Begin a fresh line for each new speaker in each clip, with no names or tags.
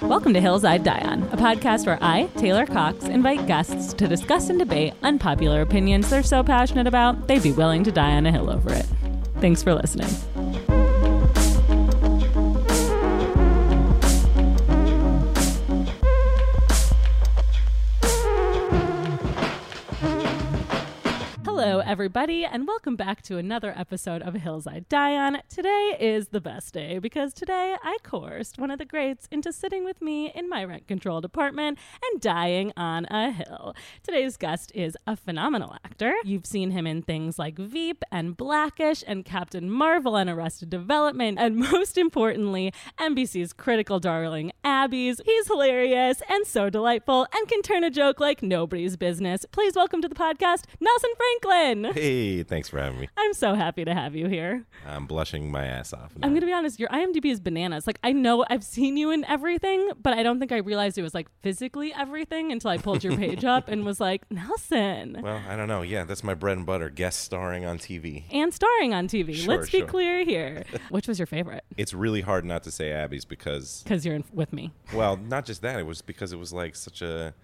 Welcome to Hills I'd Die On, a podcast where I, Taylor Cox, invite guests to discuss and debate unpopular opinions they're so passionate about they'd be willing to die on a hill over it. Thanks for listening. Hello, everybody, and welcome back to another episode of Hills I Die On. Today is the best day because today I coerced one of the greats into sitting with me in my rent controlled apartment and dying on a hill. Today's guest is a phenomenal actor. You've seen him in things like Veep and Blackish and Captain Marvel and Arrested Development, and most importantly, NBC's critical darling Abby's. He's hilarious and so delightful and can turn a joke like nobody's business. Please welcome to the podcast, Nelson Franklin.
Hey, thanks for having me.
I'm so happy to have you here.
I'm blushing my ass off. now.
I'm gonna be honest, your IMDb is bananas. Like I know I've seen you in everything, but I don't think I realized it was like physically everything until I pulled your page up and was like, Nelson.
well, I don't know. Yeah, that's my bread and butter. Guest starring on TV.
And starring on TV.
Sure,
Let's be
sure.
clear here. Which was your favorite?
It's really hard not to say Abby's because,
Because you're in, with me.
well, not just that. It was because it was like such a.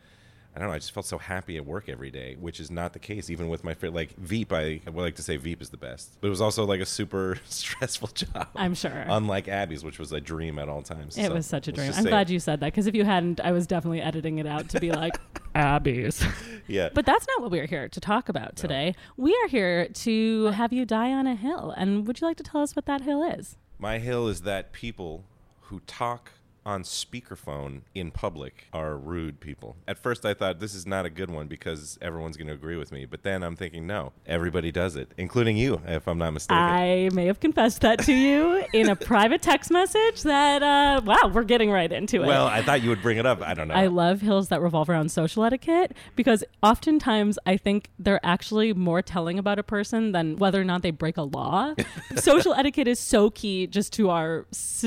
I don't know. I just felt so happy at work every day, which is not the case, even with my favorite. Like Veep, I, I would like to say Veep is the best, but it was also like a super stressful job.
I'm sure.
Unlike Abby's, which was a dream at all times.
it
So,
was such a
let's
dream.
just
I'm
say
glad
it.
you said that because if you hadn't, I was definitely editing it out to be like Abby's.
Yeah.
But that's not what we're here to talk about today. We are here to have you die on a hill. And would you like to tell us what that hill is?
My hill is that people who talk on speakerphone in public are rude people. At first, I thought this is not a good one because everyone's going to agree with me. But then I'm thinking, no, everybody does it, including you, if I'm not mistaken.
I may have confessed that to you in a private text message that, uh, wow, we're getting right into it.
well, I thought you would bring it up. I don't know.
I love hills that revolve around social etiquette because oftentimes I think they're actually more telling about a person than whether or not they break a law. social etiquette is so key just to our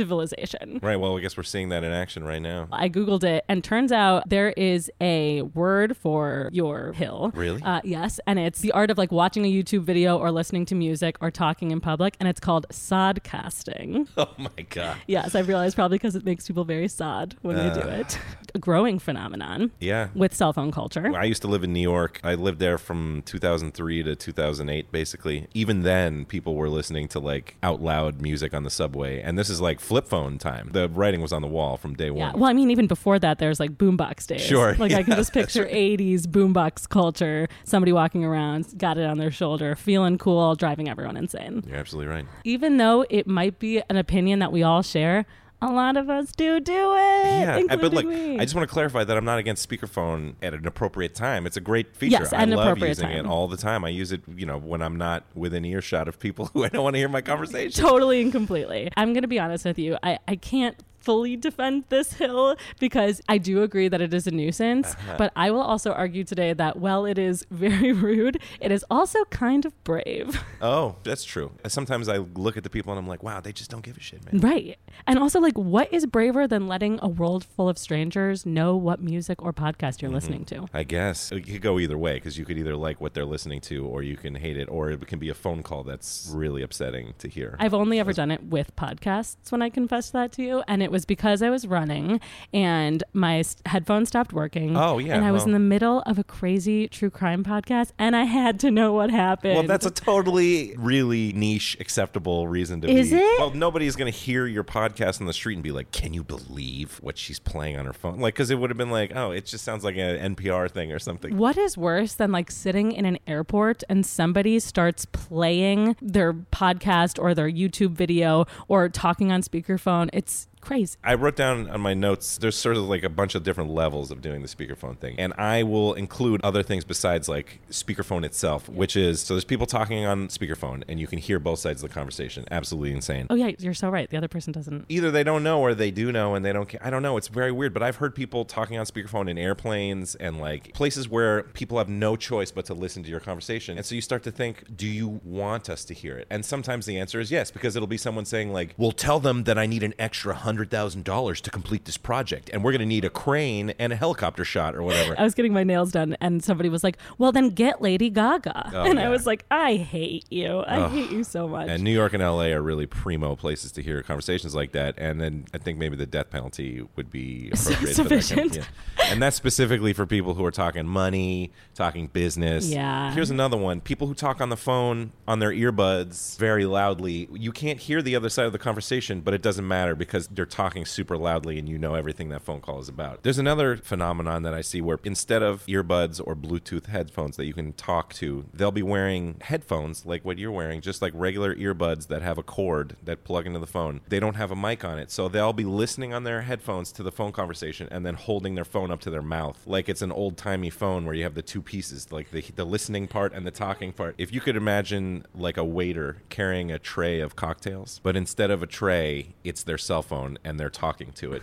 civilization.
right. Well, I guess we're seeing that in action right now.
I Googled it, and turns out there is a word for your hill.
Really?
Uh, yes. And it's the art of like watching a YouTube video or listening to music or talking in public, and it's called sodcasting.
Oh, my God.
Yes, I realize probably because it makes people very sad when they do it. A growing phenomenon
Yeah.
with cell phone culture.
I used to live in New York. I lived there from 2003 to 2008, basically. Even then, people were listening to like out loud music on the subway. And this is like flip phone time. The writing was on the wall from day
Yeah.
one.
Well, I mean, even before that, there's like boombox days.
Sure,
Like I can
yeah,
just picture 80s boombox culture, somebody walking around, got it on their shoulder, feeling cool, driving everyone insane.
You're absolutely right.
Even though it might be an opinion that we all share, a lot of us do do it. Yeah,
I-
including
but like,
me.
I just want to clarify that I'm not against speakerphone at an appropriate time. It's a great feature.
Yes,
I
at an
love
appropriate
using
time.
it all the time. I use it, you know, when I'm not within earshot of people who I don't want to hear my conversation.
totally and completely. I'm going to be honest with you. I, I can't fully defend this hill because I do agree that it is a nuisance,
Uh-huh.
but I will also argue today that while it is very rude, it is also kind of brave.
Oh, that's true. Sometimes I look at the people and I'm like, wow, they just don't give a shit, man.
right. And also like what is braver than letting a world full of strangers know what music or podcast
Mm-hmm.
you're listening to?
I guess it could go either way because you could either like what they're listening to or you can hate it, or it can be a phone call that's really upsetting to hear.
I've only ever done it with podcasts when I confessed that to you. And it was because I was running and my s- headphones stopped working.
Oh, yeah,
And I was
well-
in the middle of a crazy true crime podcast and I had to know what happened.
well, that's a totally, really niche, acceptable reason to
Is
be.
it?
Well, nobody's going to hear your podcast on the street and be like, "Can you believe what she's playing on her phone?" Like, because it would have been like, "Oh, it just sounds like an NPR thing or something."
What is worse than like sitting in an airport and somebody starts playing their podcast or their YouTube video or talking on speakerphone? It's crazy.
I wrote down on my notes. There's sort of like a bunch of different levels of doing the speakerphone thing, and I will include other things besides like speakerphone itself, which is so there's people talking on speakerphone, and you can hear both sides of the conversation. Absolutely insane.
Oh, yeah, you're so right. The other person doesn't.
either they don't know or they do know and they don't care. I don't know. It's very weird, but I've heard people talking on speakerphone in airplanes and like places where people have no choice but to listen to your conversation. And so you start to think, do you want us to hear it? And sometimes the answer is yes, because it'll be someone saying, like, well, tell them that I need an extra $100 $100,000 to complete this project, and we're going to need a crane and a helicopter shot or whatever.
I was getting my nails done, and somebody was like, "Well, then get Lady Gaga,"
Oh,
and
yeah.
I was like, "I hate you. I hate you so much."
And New York and LA are really primo places to hear conversations like that. And then I think maybe the death penalty would be appropriate. For that kind of-
Sufficient.
yeah. And that's specifically for people who are talking money, talking business.
Yeah.
Here's another one people who talk on the phone on their earbuds very loudly. You can't hear the other side of the conversation, but it doesn't matter because they're talking super loudly and you know everything that phone call is about. There's another phenomenon that I see where instead of earbuds or Bluetooth headphones that you can talk to, they'll be wearing headphones like what you're wearing, just like regular earbuds that have a cord that plug into the phone. They don't have a mic on it, so they'll be listening on their headphones to the phone conversation and then holding their phone up to their mouth like it's an old timey phone where you have the two pieces, like the the listening part and the talking part. If you could imagine like a waiter carrying a tray of cocktails, but instead of a tray, it's their cell phone and they're talking to it.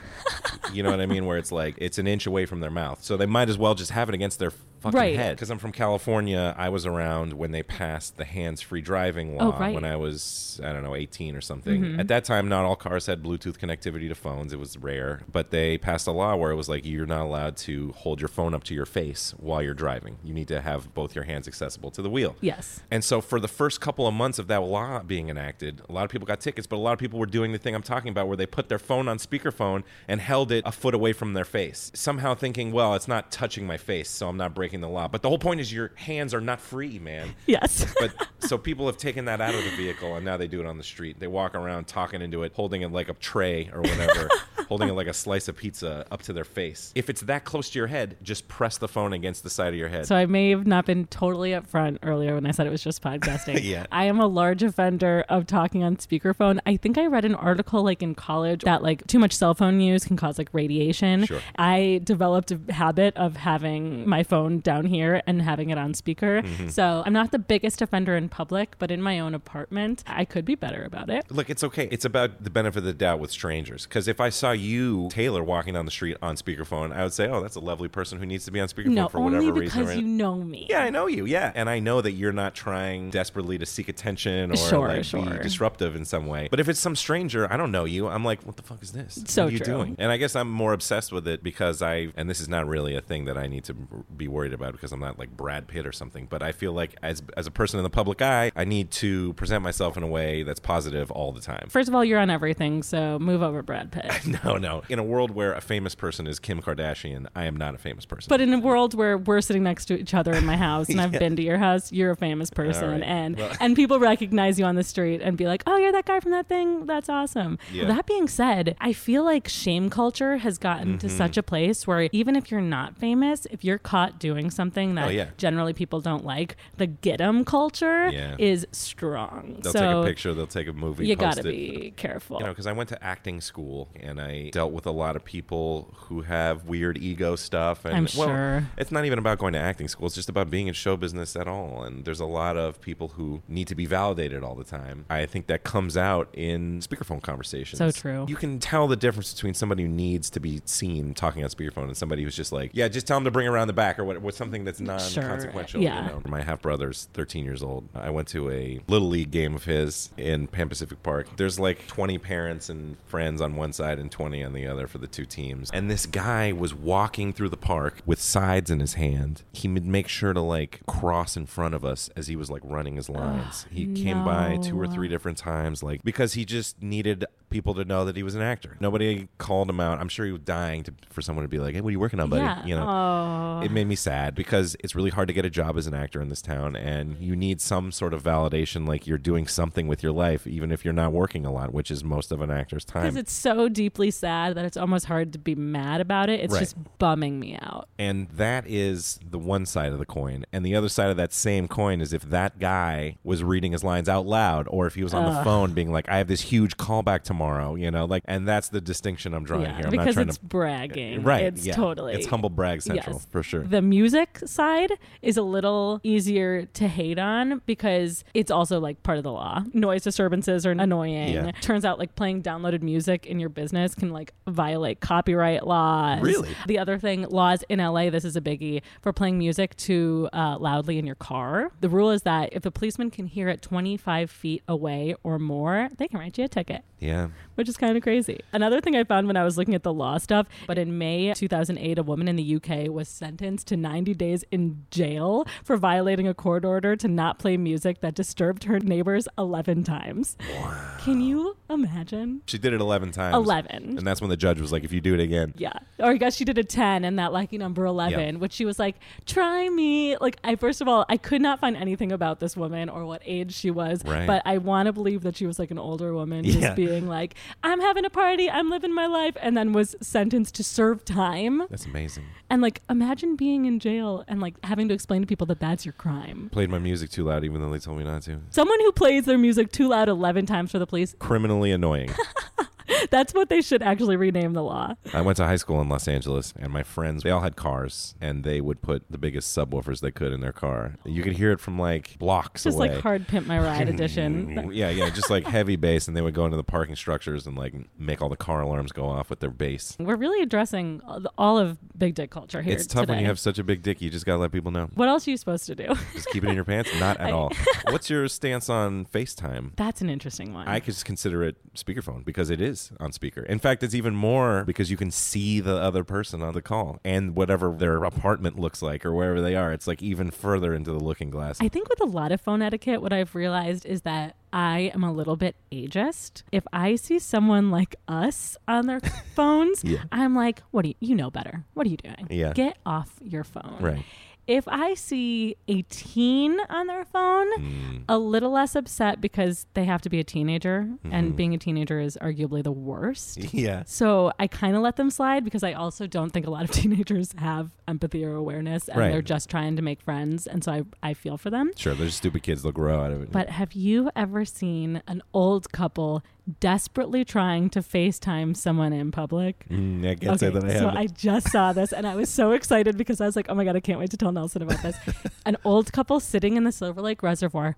you know what I mean? Where it's like it's an inch away from their mouth, so they might as well just have it against their fucking
Right.
head. Because I'm from California, I was around when they passed the hands-free driving law
Oh, right.
when I was I don't know 18 or something. At that time, not all cars had Bluetooth connectivity to phones. It was rare, but they passed a law where it was like you're not allowed to hold your phone up to your face while you're driving. You need to have both your hands accessible to the wheel.
yes.
And so, for the first couple of months of that law being enacted, a lot of people got tickets, but a lot of people were doing the thing I'm talking about where they put their phone on speakerphone and held it a foot away from their face, somehow thinking, well, it's not touching my face, so I'm not breaking the law. But the whole point is your hands are not free, man.
Yes.
But so people have taken that out of the vehicle and now they do it on the street. They walk around talking into it, holding it like a tray or whatever, holding it like a slice of pizza up to their face. If it's that close to your head, just press the phone against the side of your head.
So I may have not been totally upfront earlier when I said it was just podcasting.
Yeah.
I am a large offender of talking on speakerphone. I think I read an article like in college that like too much cell phone use can cause like radiation.
Sure.
I developed a habit of having my phone down here and having it on speaker.
Mm-hmm.
So I'm not the biggest offender in public, but in my own apartment, I could be better about it.
Look, it's okay. It's about the benefit of the doubt with strangers. Because if I saw you, Taylor, walking down the street on speakerphone, I would say, "Oh, that's a lovely person who needs to be on speakerphone
No,
for
only
whatever reason."
because
right?
you know me.
yeah, I know you. Yeah, and I know that you're not trying desperately to seek attention or
Sure,
like, be
sure.
disruptive in some way. But if it's some stranger, I don't know you. I'm like, "What the fuck is this?
So
what are you
true.
doing?" And I guess I'm more obsessed with it because I and this is not really a thing that I need to be worried about because I'm not like Brad Pitt or something. But I feel like as as a person in the public eye, I need to present myself in a way that's positive all the time.
First of all, you're on everything, so move over, Brad Pitt.
No, no. In a world where a famous person is Kim Kardashian, I am not a famous person.
But in a world where we're sitting next to each other in my house and I've been to your house, you're a famous person
right.
and
Well-
and people recognize you on the street and be like, "Oh, you're that guy from that thing. That's awesome."
Yeah.
That being said, I feel like shame culture has gotten
Mm-hmm.
to such a place where even if you're not famous, if you're caught doing something that
Oh, yeah.
generally people don't like, the get 'em culture
Yeah.
is strong.
they'll
so
take a picture, they'll take a movie.
you
post
got to
it.
be careful.
You know, because I went to acting school and I dealt with a lot of people who have weird ego stuff. And
I'm
well,
sure.
it's not even about going to acting school; it's just about being in show business at all. And there's a lot of people who need to be validated all the time. I think that comes out in speakerphone conversations.
So true.
You can tell the difference between somebody who needs to be seen talking on speakerphone and somebody who's just like, "Yeah, just tell them to bring around the back" or what, what something that's non-consequential. You
Yeah.
know? My half brother's 13 years old. I went to a little league game of his in Pan Pacific Park. There's like 20 parents and friends on one side and 20 on the other for the two teams. And this guy was walking through the park with sides in his hand. He would make sure to like cross in front of us as he was like running his lines. he came by two or
no.
three different times, like because he just needed people to know that he was an actor. Nobody called him out. I'm sure he was dying to, for someone to be like, "Hey, what are you working on, buddy?"
yeah.
You know
Oh.
it made me sad because it's really hard to get a job as an actor in this town and you need some sort of validation like you're doing something with your life even if you're not working a lot which is most of an actor's
because
time
it's so deeply sad that it's almost hard to be mad about it. It's
Right.
just bumming me out.
and that is the one side of the coin and the other side of that same coin is if that guy was reading his lines out loud or if he was on the phone being like i have this huge callback tomorrow you know like and that's the distinction i'm drawing here i'm not
because
trying
it's
to
bragging.
right
It's
yeah.
totally.
it's humble brag central
Yes.
for sure
The music side is a little easier to hate on because it's also like part of the law. Noise disturbances are annoying.
Yeah.
Turns out like playing downloaded music in your business can like violate copyright laws.
Really?
The other thing, laws in LA, this is a biggie for playing music too uh, loudly in your car. The rule is that if the policeman can hear it 25 feet away or more, they can write you a ticket.
yeah
which is kind of crazy. Another thing I found when I was looking at the law stuff, but in May 2008, a woman in the UK was sentenced to 90 days in jail for violating a court order to not play music that disturbed her neighbors 11 times. Can you imagine?
She did it 11 times.
11.
And that's when the judge was like, if you do it again.
Yeah. Or I guess she did a 10 and that lucky number 11, which she was like, try me. Like, I, first of all, I could not find anything about this woman or what age she was,
Right.
but I want to believe that she was like an older woman
Yeah.
just being like, I'm having a party, I'm living my life, and then was sentenced to serve time.
That's amazing.
And like, imagine being in jail and like having to explain to people that that's your crime.
Played my music too loud, even though they told me not to.
Someone who plays their music too loud 11 times for the police,
Criminally annoying.
that's what they should actually rename the law.
I went to high school in Los Angeles, and my friends, they all had cars, and they would put the biggest subwoofers they could in their car. You could hear it from like blocks
Just
away.
like Hard Pimp My Ride edition.
yeah, yeah, just like heavy bass, and they would go into the parking structures and like make all the car alarms go off with their bass.
We're really addressing all the- all of big dick culture here.
It's tough when you
today.
have such a big dick. You just gotta let people know.
What else are you supposed to do?
Just keep it in your pants. Not at all. What's your stance on FaceTime?
That's an interesting one.
I could just consider it speakerphone because it is on speaker. In fact, it's even more because you can see the other person on the call and whatever their apartment looks like or wherever they are. It's like even further into the looking glass.
I think with a lot of phone etiquette, what I've realized is that I am a little bit ageist. If I see someone like us on their phones,
Yeah.
I'm like, what do you, you know better? What are you doing?
Yeah.
Get off your phone.
Right.
If I see a teen on their phone,
Mm.
a little less upset because they have to be a teenager,
Mm-hmm.
and being a teenager is arguably the worst.
yeah.
So I kind of let them slide because I also don't think a lot of teenagers have empathy or awareness and
Right.
they're just trying to make friends. And so I, I feel for them.
Sure, they're just stupid kids. They'll grow out of it.
But have you ever seen an old couple desperately trying to FaceTime someone in public?
Mm, I can't say that I have.
so I just saw this and I was so excited because I was like, oh my God, I can't wait to tell Nelson about this. An old couple sitting in the Silver Lake Reservoir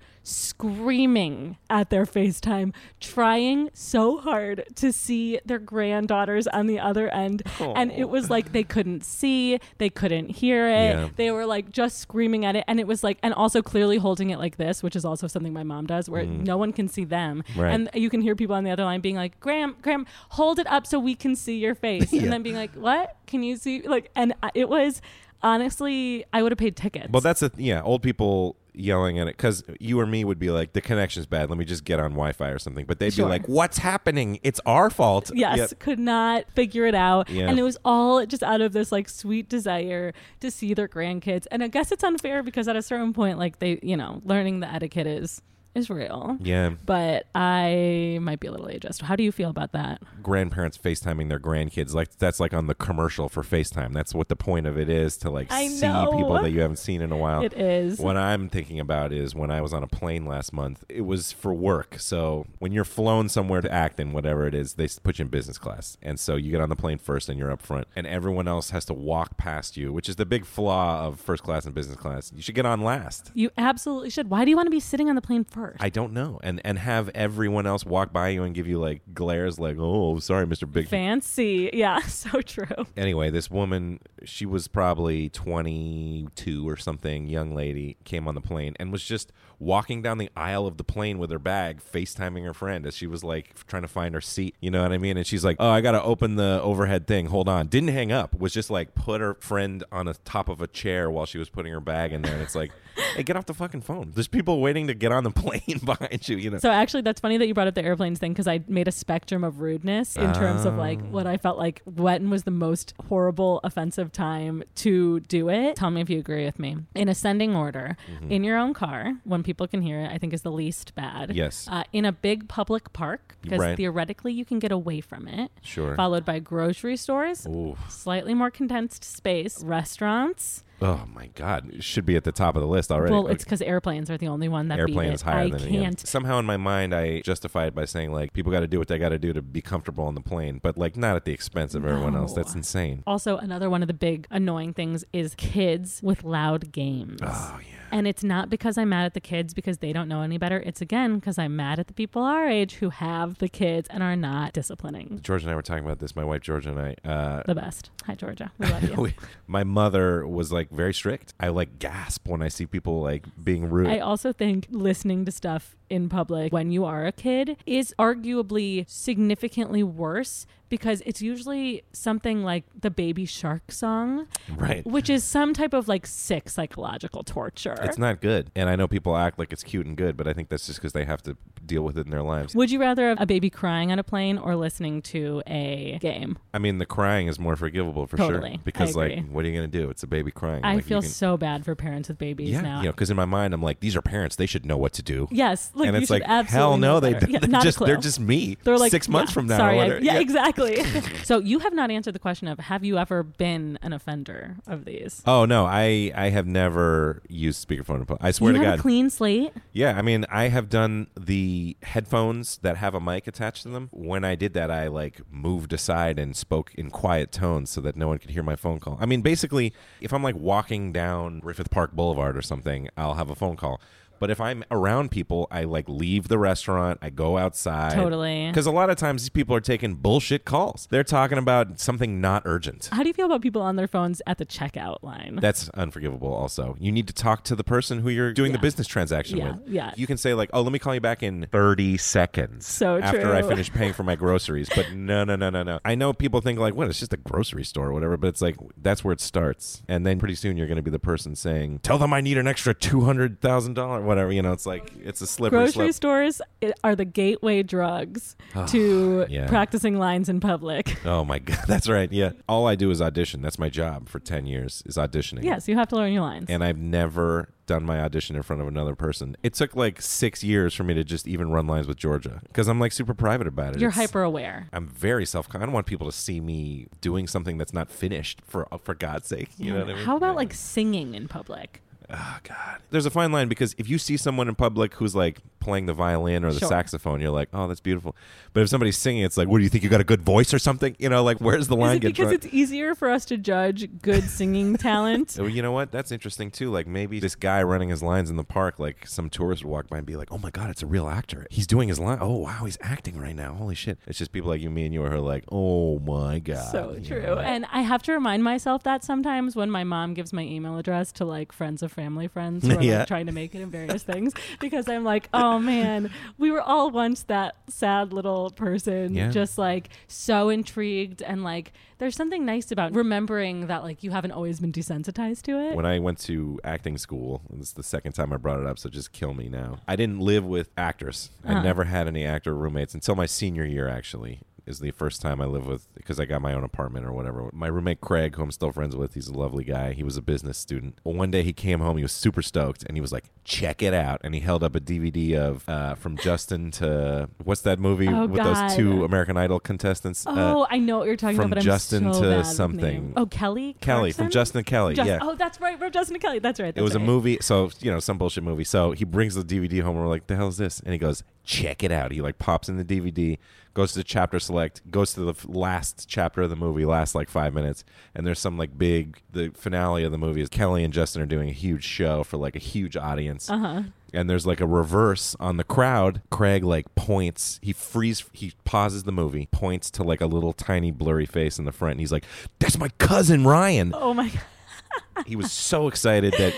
screaming at their FaceTime, trying so hard to see their granddaughters on the other end. And it was like they couldn't see, they couldn't hear it.
Yeah.
They were like just screaming at it. And it was like, and also clearly holding it like this, which is also something my mom does where no one can see them.
Mm. Right.
And you can hear people on the other line being like, Graham, Graham, hold it up so we can see your face.
Yeah.
And then being like, what? Can you see? Like, and I- it was honestly, I would have paid tickets.
Well, that's a yeah. Old people yelling at it because you or me would be like, the connection's bad. Let me just get on Wi-Fi or something. But they'd
Sure.
be like, "What's happening? It's our fault."
yes,
Yep.
could not figure it out.
Yeah.
And it was all just out of this like sweet desire to see their grandkids. And I guess it's unfair because at a certain point, like they, you know, learning the etiquette is is real.
Yeah.
But I might be a little ageist. How do you feel about that?
Grandparents FaceTiming their grandkids like that's like on the commercial for FaceTime. That's what the point of it is to like
I
see
know.
people that you haven't seen in a while.
It is.
Oh, What I'm thinking about is when I was on a plane last month, it was for work. So when you're flown somewhere to Acton, whatever it is, they s- put you in business class. And so you get on the plane first and you're up front, and everyone else has to walk past you, which is the big flaw of first class and business class. You should get on last.
You absolutely should. Why do you want to be sitting on the plane first?
I don't know. And and have everyone else walk by you and give you like glares like, "Oh, sorry, Mr. Big
Fancy. Yeah, so true.
anyway, this woman, she was probably 22 or something, young lady, came on the plane and was just walking down the aisle of the plane with her bag, FaceTiming her friend as she was like trying to find her seat. You know what I mean? And she's like, oh, I got to open the overhead thing. Hold on. Didn't hang up, was just like put her friend on the top of a chair while she was putting her bag in there. And it's like, hey, get off the fucking phone. There's people waiting to get on the plane behind you, you know?
So actually, that's funny that you brought up the airplanes thing because I made a spectrum of rudeness in terms of like
Ah.
what I felt like when was the most horrible, offensive time to do it. Tell me if you agree with me. In ascending order,
Mm-hmm.
in your own car, when people can hear it, I think is the least bad.
Yes.
Uh, in a big public park, because
Right.
theoretically you can get away from it.
Sure.
Followed by grocery stores,
Ooh.
slightly more condensed space, restaurants.
Oh my God! It should be at the top of the list already.
Well, it's because airplanes are the only one that beat
airplane
it.
is higher
I
than it.
can't.
yeah. Somehow in my mind, I justify it by saying like people got to do what they got to do to be comfortable on the plane, but like not at the expense of everyone else. That's insane.
Also, another one of the big annoying things is kids with loud games.
Oh yeah.
And it's not because I'm mad at the kids because they don't know any better. It's again because I'm mad at the people our age who have the kids and are not disciplining.
George and I were talking about this. My wife, Georgia, and I. Uh,
The best. Hi, Georgia. We love you.
we- my mother was like very strict. I like gasp when I see people like being rude.
I also think listening to stuff in public when you are a kid is arguably significantly worse because it's usually something like the baby shark song,
right.
which is some type of like sick psychological torture.
It's not good. And I know people act like it's cute and good, but I think that's just because they have to deal with it in their lives.
Would you rather have a baby crying on a plane or listening to a game?
I mean, the crying is more forgivable for
Totally. I
sure. Because, like,
agree.
what are you going to do? It's a baby crying.
I
Like, you
feel
can-
so bad for parents with babies
Yeah.
now.
You know, because in my mind, I'm like, these are parents. They should know what to do.
Yes, like
and
you
it's
should
like,
absolutely
hell no,
know
they,
better.
they're,
Yeah, not a
just, they're
clue.
just me.
They're like
six
yeah,
months from now.
Sorry,
or
I-
whatever.
yeah, exactly. so you have not answered the question of have you ever been an offender of these?
Oh no, I I have never used speakerphone. in pu- I swear
you
to
have
God.
a clean slate.
yeah, I mean, I have done the headphones that have a mic attached to them. When I did that, I like moved aside and spoke in quiet tones so that no one could hear my phone call. I mean, basically, if I'm like walking down Griffith Park Boulevard or something, I'll have a phone call. But if I'm around people, I like leave the restaurant. I go outside.
Totally.
Because a lot of times these people are taking bullshit calls. They're talking about something not urgent.
How do you feel about people on their phones at the checkout line?
That's unforgivable. Also, you need to talk to the person who you're doing
Yeah.
the business transaction
Yeah,
with.
yeah.
You can say like, "Oh, let me call you back in 30 seconds
So
after I
true.
finish paying for my groceries." But no, no, no, no, no. I know people think like, "What? It's just a grocery store or whatever." But it's like that's where it starts, and then pretty soon you're going to be the person saying, "Tell them I need an extra two hundred thousand dollars, whatever." You know, it's like it's a slippery
Grocery
slope.
stores i- are the gateway drugs to
yeah.
practicing lines in public.
Oh my god, that's right. Yeah, all I do is audition. That's my job for ten years is auditioning.
Yes, you have to learn your lines.
and I've never done my audition in front of another person. It took like six years for me to just even run lines with Georgia because I'm like super private about it.
You're
It's-
hyper aware.
I'm very self. I don't want people to see me doing something that's not finished for uh, for God's sake. You know what I mean?
How about
Yeah.
like singing in public?
Oh God. There's a fine line because if you see someone in public who's like playing the violin or the
Sure.
saxophone, you're like, oh, that's beautiful. But if somebody's singing, it's like, what do you think? You got a good voice or something? You know, like where's the
Is
line?
it
get
because
drawn?
it's easier for us to judge good singing talent?
Oh, you know what? That's interesting too. Like maybe this guy running his lines in the park, like some tourist would walk by and be like, "Oh my god, it's a real actor. He's doing his line. Oh wow, he's acting right now. Holy shit!" It's just people like you, me, and you are like, "Oh my god."
So
You
true.
know, like-
And I have to remind myself that sometimes when my mom gives my email address to like friends of family friends who are
Yeah.
like trying to make it in various things because I'm like, oh man, we were all once that sad little person,
Yeah.
just like so intrigued and like there's something nice about remembering that like you haven't always been desensitized to it.
when I went to acting school, and this is the second time I brought it up, so just kill me now. I didn't live with actors.
Uh-huh.
I never had any actor roommates until my senior year, actually, is the first time I lived with because I got my own apartment or whatever. My roommate Craig, who I'm still friends with, he's a lovely guy. He was a business student. Well, one day he came home, he was super stoked, and he was like, check it out. And he held up a DVD of uh, from Justin to what's that movie
Oh,
with
God.
those two American Idol contestants? Uh,
oh, I know what you're talking
from
about, but
Justin
I'm so
to
bad with
something.
names. Oh, Kelly.
Kelly,
Clarkson?
from Justin and Kelly.
Just-
yeah.
Oh, that's right. From Justin and Kelly. That's right.
It
that's
was a
right.
movie, so you know, some bullshit movie. So he brings the DVD home, and we're like, "The hell is this?" And he goes, "Check it out." He like pops in the DVD, goes to the chapter select, goes to the f- last chapter of the movie, last like five minutes, and there's some like big. The finale of the movie is Kelly and Justin are doing a huge show for like a huge
Uh.
audience, uh-huh. and there's like a reverse on the crowd. Craig like points, he frees, he pauses the movie, points to like a little tiny blurry face in the front, and he's like, "That's my cousin Ryan."
Oh my god.
he was so excited that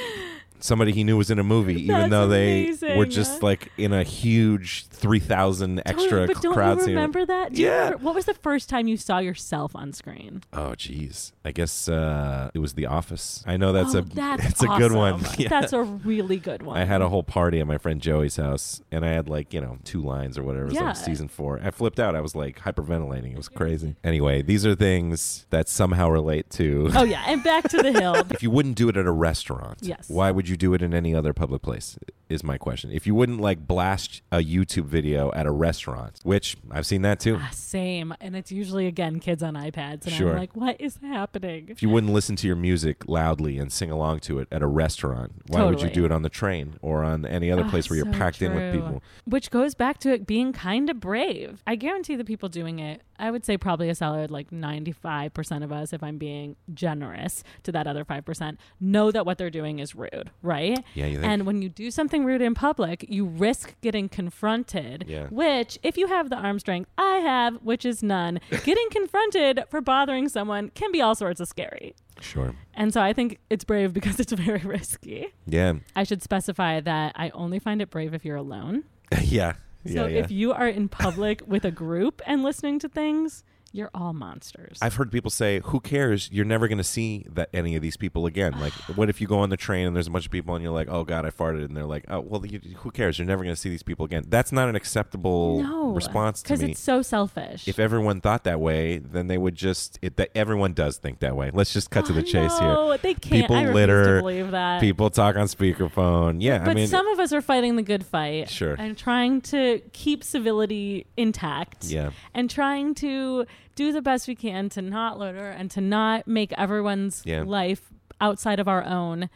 somebody he knew was in a movie, even
That's
though they
amazing.
were just like in a huge three thousand extra
Totally, but don't
crowd
you
scene.
remember that? Do you
Yeah.
remember- what was the first time you saw yourself on screen?
Oh, jeez. I guess uh, it was The Office. I know that's
oh,
a
that's
it's a good one.
awesome.
Yeah.
That's a really good one.
I had a whole party at my friend Joey's house, and I had like you know two lines or whatever. It was
Yeah.
like season four. I flipped out. I was like hyperventilating. It was crazy. Anyway, these are things that somehow relate to.
oh yeah, and back to the hill.
If you wouldn't do it at a restaurant,
Yes.
why would you do it in any other public place? is my question. If you wouldn't like blast a YouTube video at a restaurant, which I've seen that too.
Ah, Same. And it's usually, again, kids on iPads. And
Sure.
I'm like, what is happening?
If you wouldn't listen to your music loudly and sing along to it at a restaurant, why would you
Totally. Ah,
do it on the train or on any other place where you're
so
packed in with
true.
people?
Which goes back to it being kind of brave. I guarantee the people doing it, I would say probably a solid like 95% of us, if I'm being generous to that other 5%, know that what they're doing is rude, right?
Yeah, you think?
And when you do something rude in public, you risk getting confronted,
Yeah.
which, if you have the arm strength I have, which is none, getting confronted for bothering someone can be all sorts of scary.
Sure.
And so I think it's brave because it's very risky.
Yeah.
I should specify that I only find it brave if you're alone.
yeah.
so
yeah. Yeah.
if you are in public with a group and listening to things, you're all monsters.
I've heard people say, "Who cares? You're never going to see that any of these people again." Like, what if you go on the train and there's a bunch of people and you're like, "Oh God, I farted," and they're like, "Oh well, you, who cares? You're never going to see these people again." That's not an acceptable
no
response to
because
me.
it's so selfish.
If everyone thought that way, then they would just. It, that everyone does think that way. Let's just cut to the
Oh,
chase here.
no, they can't.
People
I refuse
litter,
to believe that.
People talk on speakerphone. Yeah,
but
I mean,
some of us are fighting the good fight.
Sure.
And trying to keep civility intact.
Yeah.
And trying to do the best we can to not litter and to not make everyone's
Yeah.
life outside of our own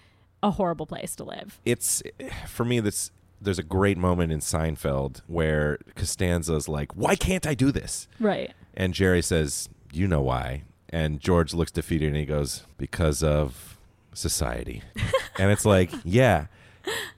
a horrible place to live.
it's for me this there's a great moment in Seinfeld where Costanza's like, "Why can't I do this?"
Right.
And Jerry says, "You know why?" And George looks defeated and he goes, "Because of society." and it's like, yeah.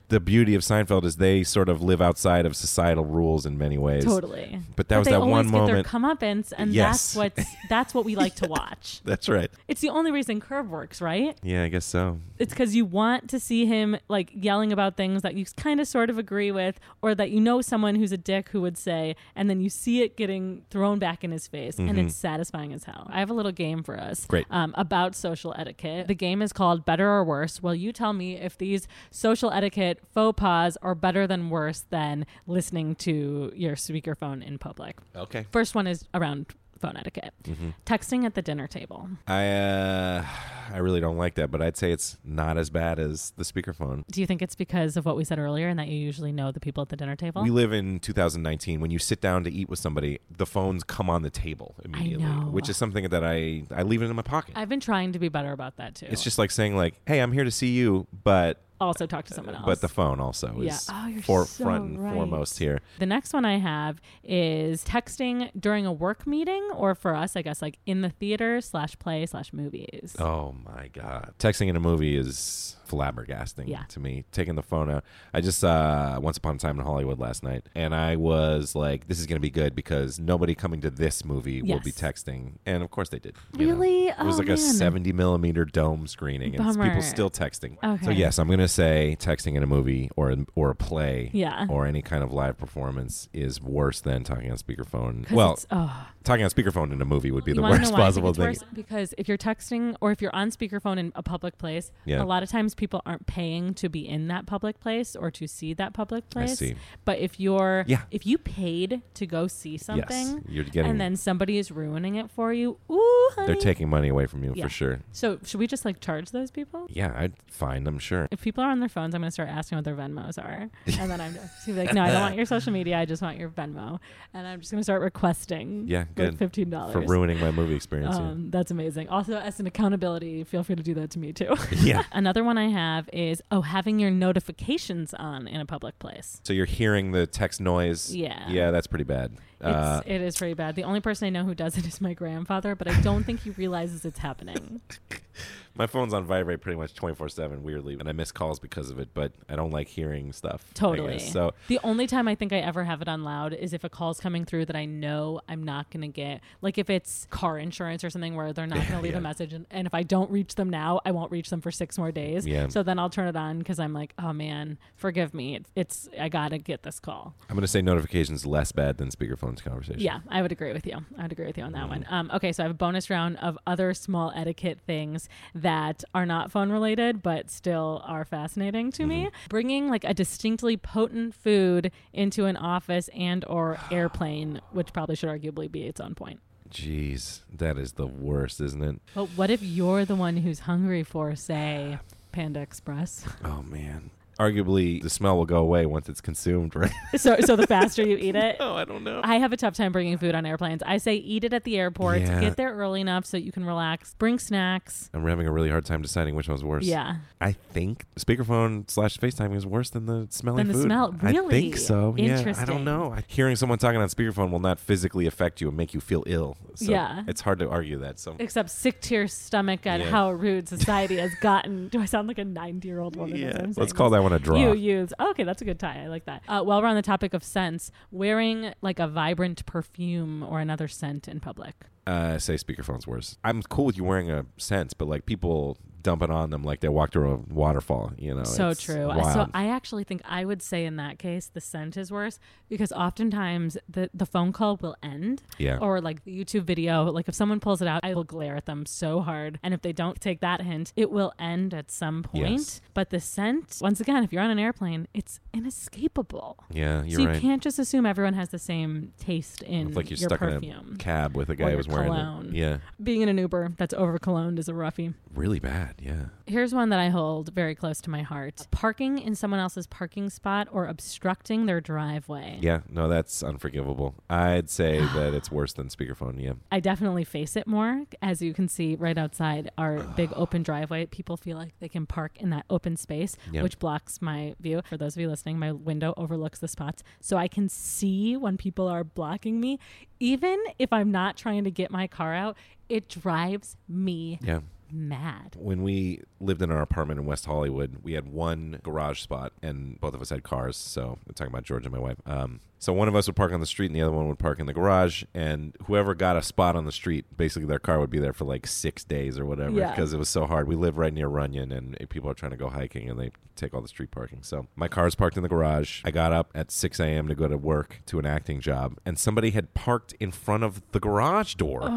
The beauty of Seinfeld is they sort of live outside of societal rules in many ways.
Totally.
But that was
they
that
always
one
get
moment.
Their comeuppance, and
Yes.
that's what's that's what we like to watch.
That's right.
It's the only reason Curve works, right?
Yeah, I guess so.
It's because you want to see him like yelling about things that you kind of sort of agree with, or that you know someone who's a dick who would say, and then you see it getting thrown back in his face, and it's satisfying as hell. I have a little game for us,
Mm-hmm. Great.
um, about social etiquette. The game is called Better or Worse. Well, you tell me if these social etiquette faux pas are better than worse than listening to your speakerphone in public.
Okay.
First one is around phone etiquette.
Mm-hmm.
Texting at the dinner table.
I uh, I really don't like that, but I'd say it's not as bad as the speakerphone.
Do you think it's because of what we said earlier and that you usually know the people at the dinner table?
We live in 2019. When you sit down to eat with somebody, the phones come on the table immediately,
know.
which is something that I I leave it in my pocket.
I've been trying to be better about that too.
it's just like saying like, "Hey, I'm here to see you," but
also talk to someone else.
uh, but the phone also
Yeah.
is
Oh, you're
for,
so
front and
right.
foremost here.
The next one I have is texting during a work meeting or for us, I guess, like in the theater slash play slash movies.
Oh my god, texting in a movie is flabbergasting
Yeah.
to me. Taking the phone out. I just saw Once Upon a Time in Hollywood last night, and I was like, "This is going to be good because nobody coming to this movie will be
Yes.
texting." And of course, they did. you know.
Really?
It was
Oh,
like a
man.
70 millimeter dome screening, and it's
Bummer.
people still texting. So
Okay.
yes, I'm going to say texting in a movie or or a play
Yeah.
or any kind of live performance is worse than talking on speakerphone.
'Cause
Well,
it's- oh.
talking on speakerphone in a movie would be
You
the
wanna know
worst
why I think
possible
it's
thing.
worse? Because if you're texting or if you're on speakerphone in a public place,
Yeah.
a lot of times people aren't paying to be in that public place or to see that public place.
see.
But if you're
Yeah.
if you paid to go see something
you're getting-
and then somebody is ruining it for you, ooh honey.
They're taking money away from you
Yeah.
for sure.
So should we just like charge those people?
Yeah, I'd find them sure.
If people are on their phones, I'm going to start asking what their Venmos are, and then I'm just gonna be like, "No, I don't want your social media. I just want your Venmo," and I'm just going to start requesting.
Yeah,
like,
good.
fifteen dollars
For ruining my movie experience. yeah.
Um, that's amazing. Also, as an accountability, feel free to do that to me too.
yeah.
Another one I have is oh, having your notifications on in a public place.
So you're hearing the text noise.
Yeah.
Yeah, that's pretty bad.
It's,
Uh,
it is pretty bad. The only person I know who does it is my grandfather, but I don't think he realizes it's happening.
my phone's on vibrate pretty much 24 7, weirdly, and I miss calls because of it, but I don't like hearing stuff. I
Totally.
guess. So
the only time I think I ever have it on loud is if a call's coming through that I know I'm not going to get, like if it's car insurance or something where they're not going to leave
yeah.
a message, and, and if I don't reach them now, I won't reach them for six more days.
Yeah.
So then I'll turn it on because I'm like, oh man, forgive me, it's, it's I got to get this call.
I'm going to say notifications less bad than speakerphones conversation. Mm.
Yeah, I would agree with you. I would agree with you on that one. Um, okay, so I have a bonus round of other small etiquette things that are not phone related, but still are fascinating to me.
Mm-hmm.
Bringing like a distinctly potent food into an office and or airplane, which probably should arguably be its own point.
Jeez, that is the worst, isn't it?
But what if you're the one who's hungry for, say, Panda Express?
Oh, man. Arguably, the smell will go away once it's consumed, right?
So, so the faster you eat it.
oh, I don't know.
I have a tough time bringing food on airplanes. I say eat it at the airport.
Yeah.
Get there early enough so you can relax. Bring snacks.
I'm having a really hard time deciding which one's worse.
Yeah.
I think speakerphone slash FaceTime is worse than the smelly
Than the
food.
smell.
I
Really?
think so. Yeah. I
Interesting.
don't know. I- Hearing someone talking on speakerphone will not physically affect you and make you feel ill. So
Yeah.
It's hard to argue that. So
Except sick to your stomach at
Yeah.
how rude society has gotten. Do I sound like a 90 year old woman? as I'm saying
Let's call that one a draw.
You used. Okay, that's a good tie. I like that. Uh, while we're on the topic of scents, wearing like a vibrant perfume or another scent in public.
uh, say speakerphone's worse. I'm cool with you wearing a sense, but like people dumping on them like they walked through a waterfall, you know.
so
Oh, it's
true. I-
Wild.
So I actually think I would say in that case the scent is worse because oftentimes the, the phone call will end.
Yeah.
Or like the YouTube video. Like if someone pulls it out, I will glare at them so hard. And if they don't take that hint, it will end at some point.
Yes.
But the scent, once again, if you're on an airplane, it's inescapable.
yeah, you're
so you
right.
can't just assume everyone has the same taste in
it's like you're
your
stuck
perfume.
in a cab with a guy
your
who was wearing
cologne.
it. Yeah.
Being in an Uber that's over cologned is a roughie.
Really bad. Yeah.
Here's one that I hold very close to my heart parking in someone else's parking spot or obstructing their driveway.
Yeah, no, that's unforgivable. I'd say that it's worse than speakerphone. Yeah,
I definitely face it more. As you can see right outside our big open driveway, people feel like they can park in that open space,
Yeah.
which blocks my view. For those of you listening, my window overlooks the spots. So I can see when people are blocking me. Even if I'm not trying to get my car out, it drives me
yeah.
mad.
When we lived in our apartment in West Hollywood, we had one garage spot, and both of us had cars. So I'm talking about George and my wife. Um, so one of us would park on the street, and the other one would park in the garage. And whoever got a spot on the street, basically their car would be there for like six days or whatever,
Yeah.
because it was so hard. We live right near Runyon, and people are trying to go hiking, and they take all the street parking. So my car's parked in the garage. I got up at 6 a.m. to go to work to an acting job, and somebody had parked in front of the garage door.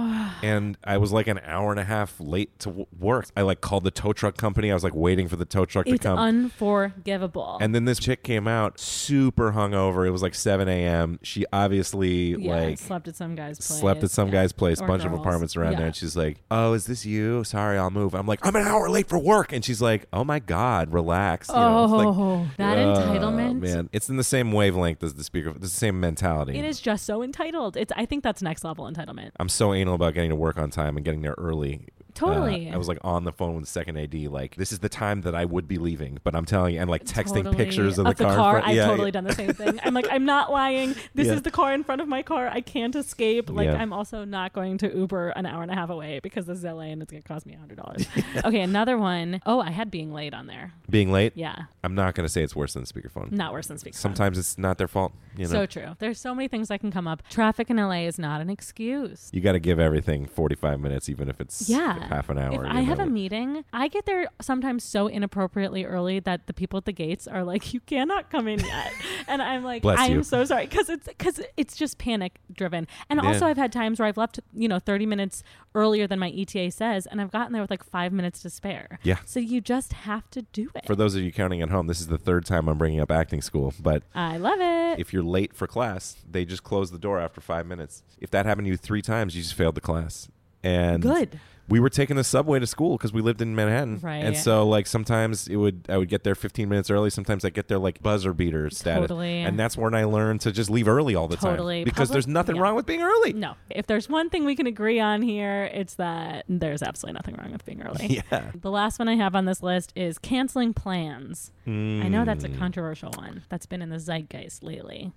and I was like an hour and a half late to w- work. I like called the tow truck company. I was like waiting for the tow truck to
It's
come.
unforgivable.
and then this chick came out super hungover. It was like 7 a.m. She obviously
yeah,
like
slept at some guy's place.
slept at some
Yeah.
guy's place,
Or
bunch of
girls.
apartments around
Yeah.
there, and she's like, "Oh, is this you? Sorry, I'll move." I'm like, "I'm an hour late for work," and she's like, "Oh my god, relax." You know, it's like,
Oh, that
uh,
entitlement.
man, it's in the same wavelength as the speaker. It's the same mentality.
It is just so entitled. It's I think that's next level entitlement.
I'm so anal about getting to work on time and getting there early.
Totally.
Uh, I was like on the phone with the second AD, like, this is the time that I would be leaving, but I'm telling you, and like texting
Totally.
pictures of,
the
in front-
I've
yeah,
totally
yeah.
done the same thing. I'm like, I'm not lying. This
Yeah.
is the car in front of my car. I can't escape. Like,
Yeah.
I'm also not going to Uber an hour and a half away because this is LA and it's going to cost me $100. Okay, another one. Oh, I had being late on there.
Being late,
Yeah,
I'm not going to say it's worse than speakerphone.
not worse than speaking.
Sometimes it's not their fault. You know,
So true. There's so many things that can come up. Traffic in LA is not an excuse.
you got to give everything 45 minutes, even if it's
Yeah.
half an hour.
If
you
I have
know.
a meeting, I get there sometimes so inappropriately early that the people at the gates are like, "You cannot come in yet," and I'm like,
Bless
"I'm
you.
so sorry," because it's because it's just panic driven. And
Yeah.
also, I've had times where I've left, you know, 30 minutes earlier than my ETA says, and I've gotten there with like five minutes to spare.
Yeah.
So you just have to do it.
For those of you counting at home, this is the third time I'm bringing up acting school, but
I love it.
if you're late for class, they just close the door after five minutes. If that happened to you three times, you just failed the class. And
Good.
we were taking the subway to school because we lived in Manhattan.
Right.
And so like sometimes it would I would get there 15 minutes early. Sometimes I get there like buzzer beater status.
Totally.
And that's when I learned to just leave early all the
Totally.
time because
Public-
there's nothing
yeah.
wrong with being early.
No. If there's one thing we can agree on here, it's that there's absolutely nothing wrong with being early.
Yeah.
The last one I have on this list is canceling plans. I know that's a
Mm.
controversial one that's been in the zeitgeist lately.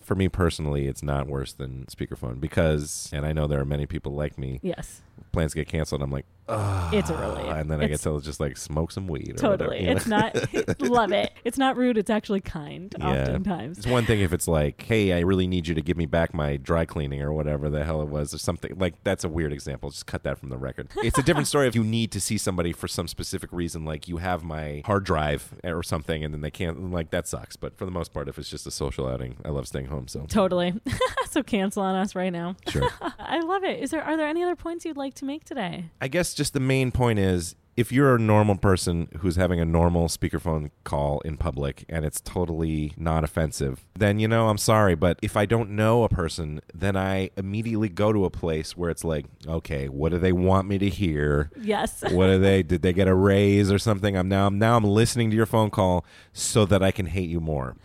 For me personally, it's not worse than speakerphone because and I know there are many people like me.
Yes,
Plans get canceled. I'm like, Ugh.
It's a relief.
And then I get
It's-
to just like smoke some weed. or whatever,
totally.
you know?
It's not, love it. It's not rude, it's actually kind,
Yeah.
oftentimes.
It's one thing if it's like, hey, I really need you to give me back my dry cleaning or whatever the hell it was or something. Like, that's a weird example. Just cut that from the record. It's a different story if you need to see somebody for some specific reason, like you have my hard drive eh, or something, and then they can't, like, that sucks. But for the most part, if it's just a social outing, I love staying home. So,
Totally. so cancel on us right now.
sure.
I love it. Is there are there any other points you'd like to make today?
I guess just the main point is if you're a normal person who's having a normal speakerphone call in public and it's totally not offensive, then you know, I'm sorry, but if I don't know a person, then I immediately go to a place where it's like, okay, what do they want me to hear?
Yes.
What are they? Did they get a raise or something? I'm now I'm now I'm listening to your phone call so that I can hate you more.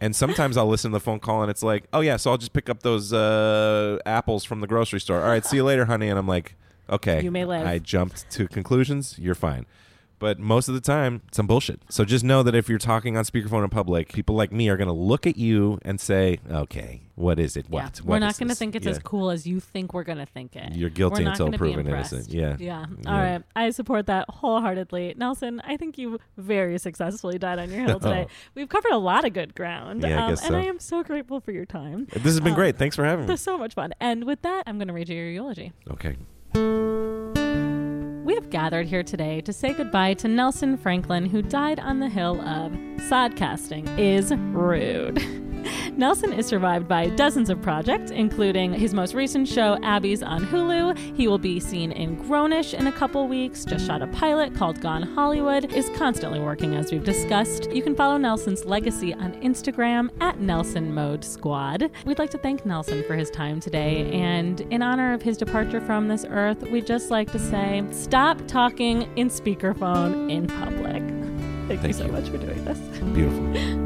and sometimes I'll listen to the phone call and it's like, oh yeah, so I'll just pick up those uh, apples from the grocery store. All right, see you later, honey. And I'm like, okay,
You may live.
I jumped to conclusions. You're fine. But most of the time, it's some bullshit. So just know that if you're talking on speakerphone in public, people like me are going to look at you and say, "Okay, what is it? What?
Yeah.
What
We're not
is
going to
this?"
think it's
Yeah.
as cool as you think we're going to think it.
You're guilty
We're not
until
gonna be
proven
impressed.
innocent. Yeah.
Yeah. All
Yeah.
right. I support that wholeheartedly. Nelson, I think you very successfully died on your hill today. We've covered a lot of good ground.
Oh. Yeah, I
um,
guess
and
so.
I am so grateful for your time.
This has been
Um,
great. Thanks for having
It
me.
was so much fun. And with that, I'm going to read you your eulogy.
Okay.
We have gathered here today to say goodbye to Nelson Franklin, who died on the hill of Sodcasting is rude. Nelson is survived by dozens of projects, including his most recent show, Abby's on Hulu. He will be seen in Grownish in a couple weeks, just shot a pilot called Gone Hollywood, is constantly working, as we've discussed. You can follow Nelson's legacy on Instagram at Nelson Mode Squad. We'd like to thank Nelson for his time today, and in honor of his departure from this earth, we'd just like to say stop talking in speakerphone in public. Thank, you
Thank
so
you.
much for doing this.
Beautiful.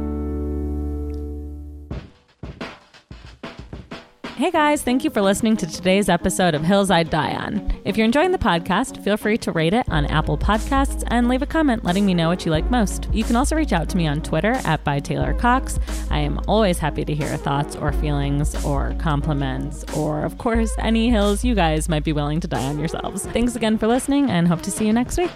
Hey guys, thank you for listening to today's episode of Hills I'd Die On. If you're enjoying the podcast, feel free to rate it on Apple Podcasts and leave a comment letting me know what you like most. You can also reach out to me on Twitter at by Taylor Cox. I am always happy to hear thoughts or feelings or compliments or, of course, any hills you guys might be willing to die on yourselves. Thanks again for listening and hope to see you next week.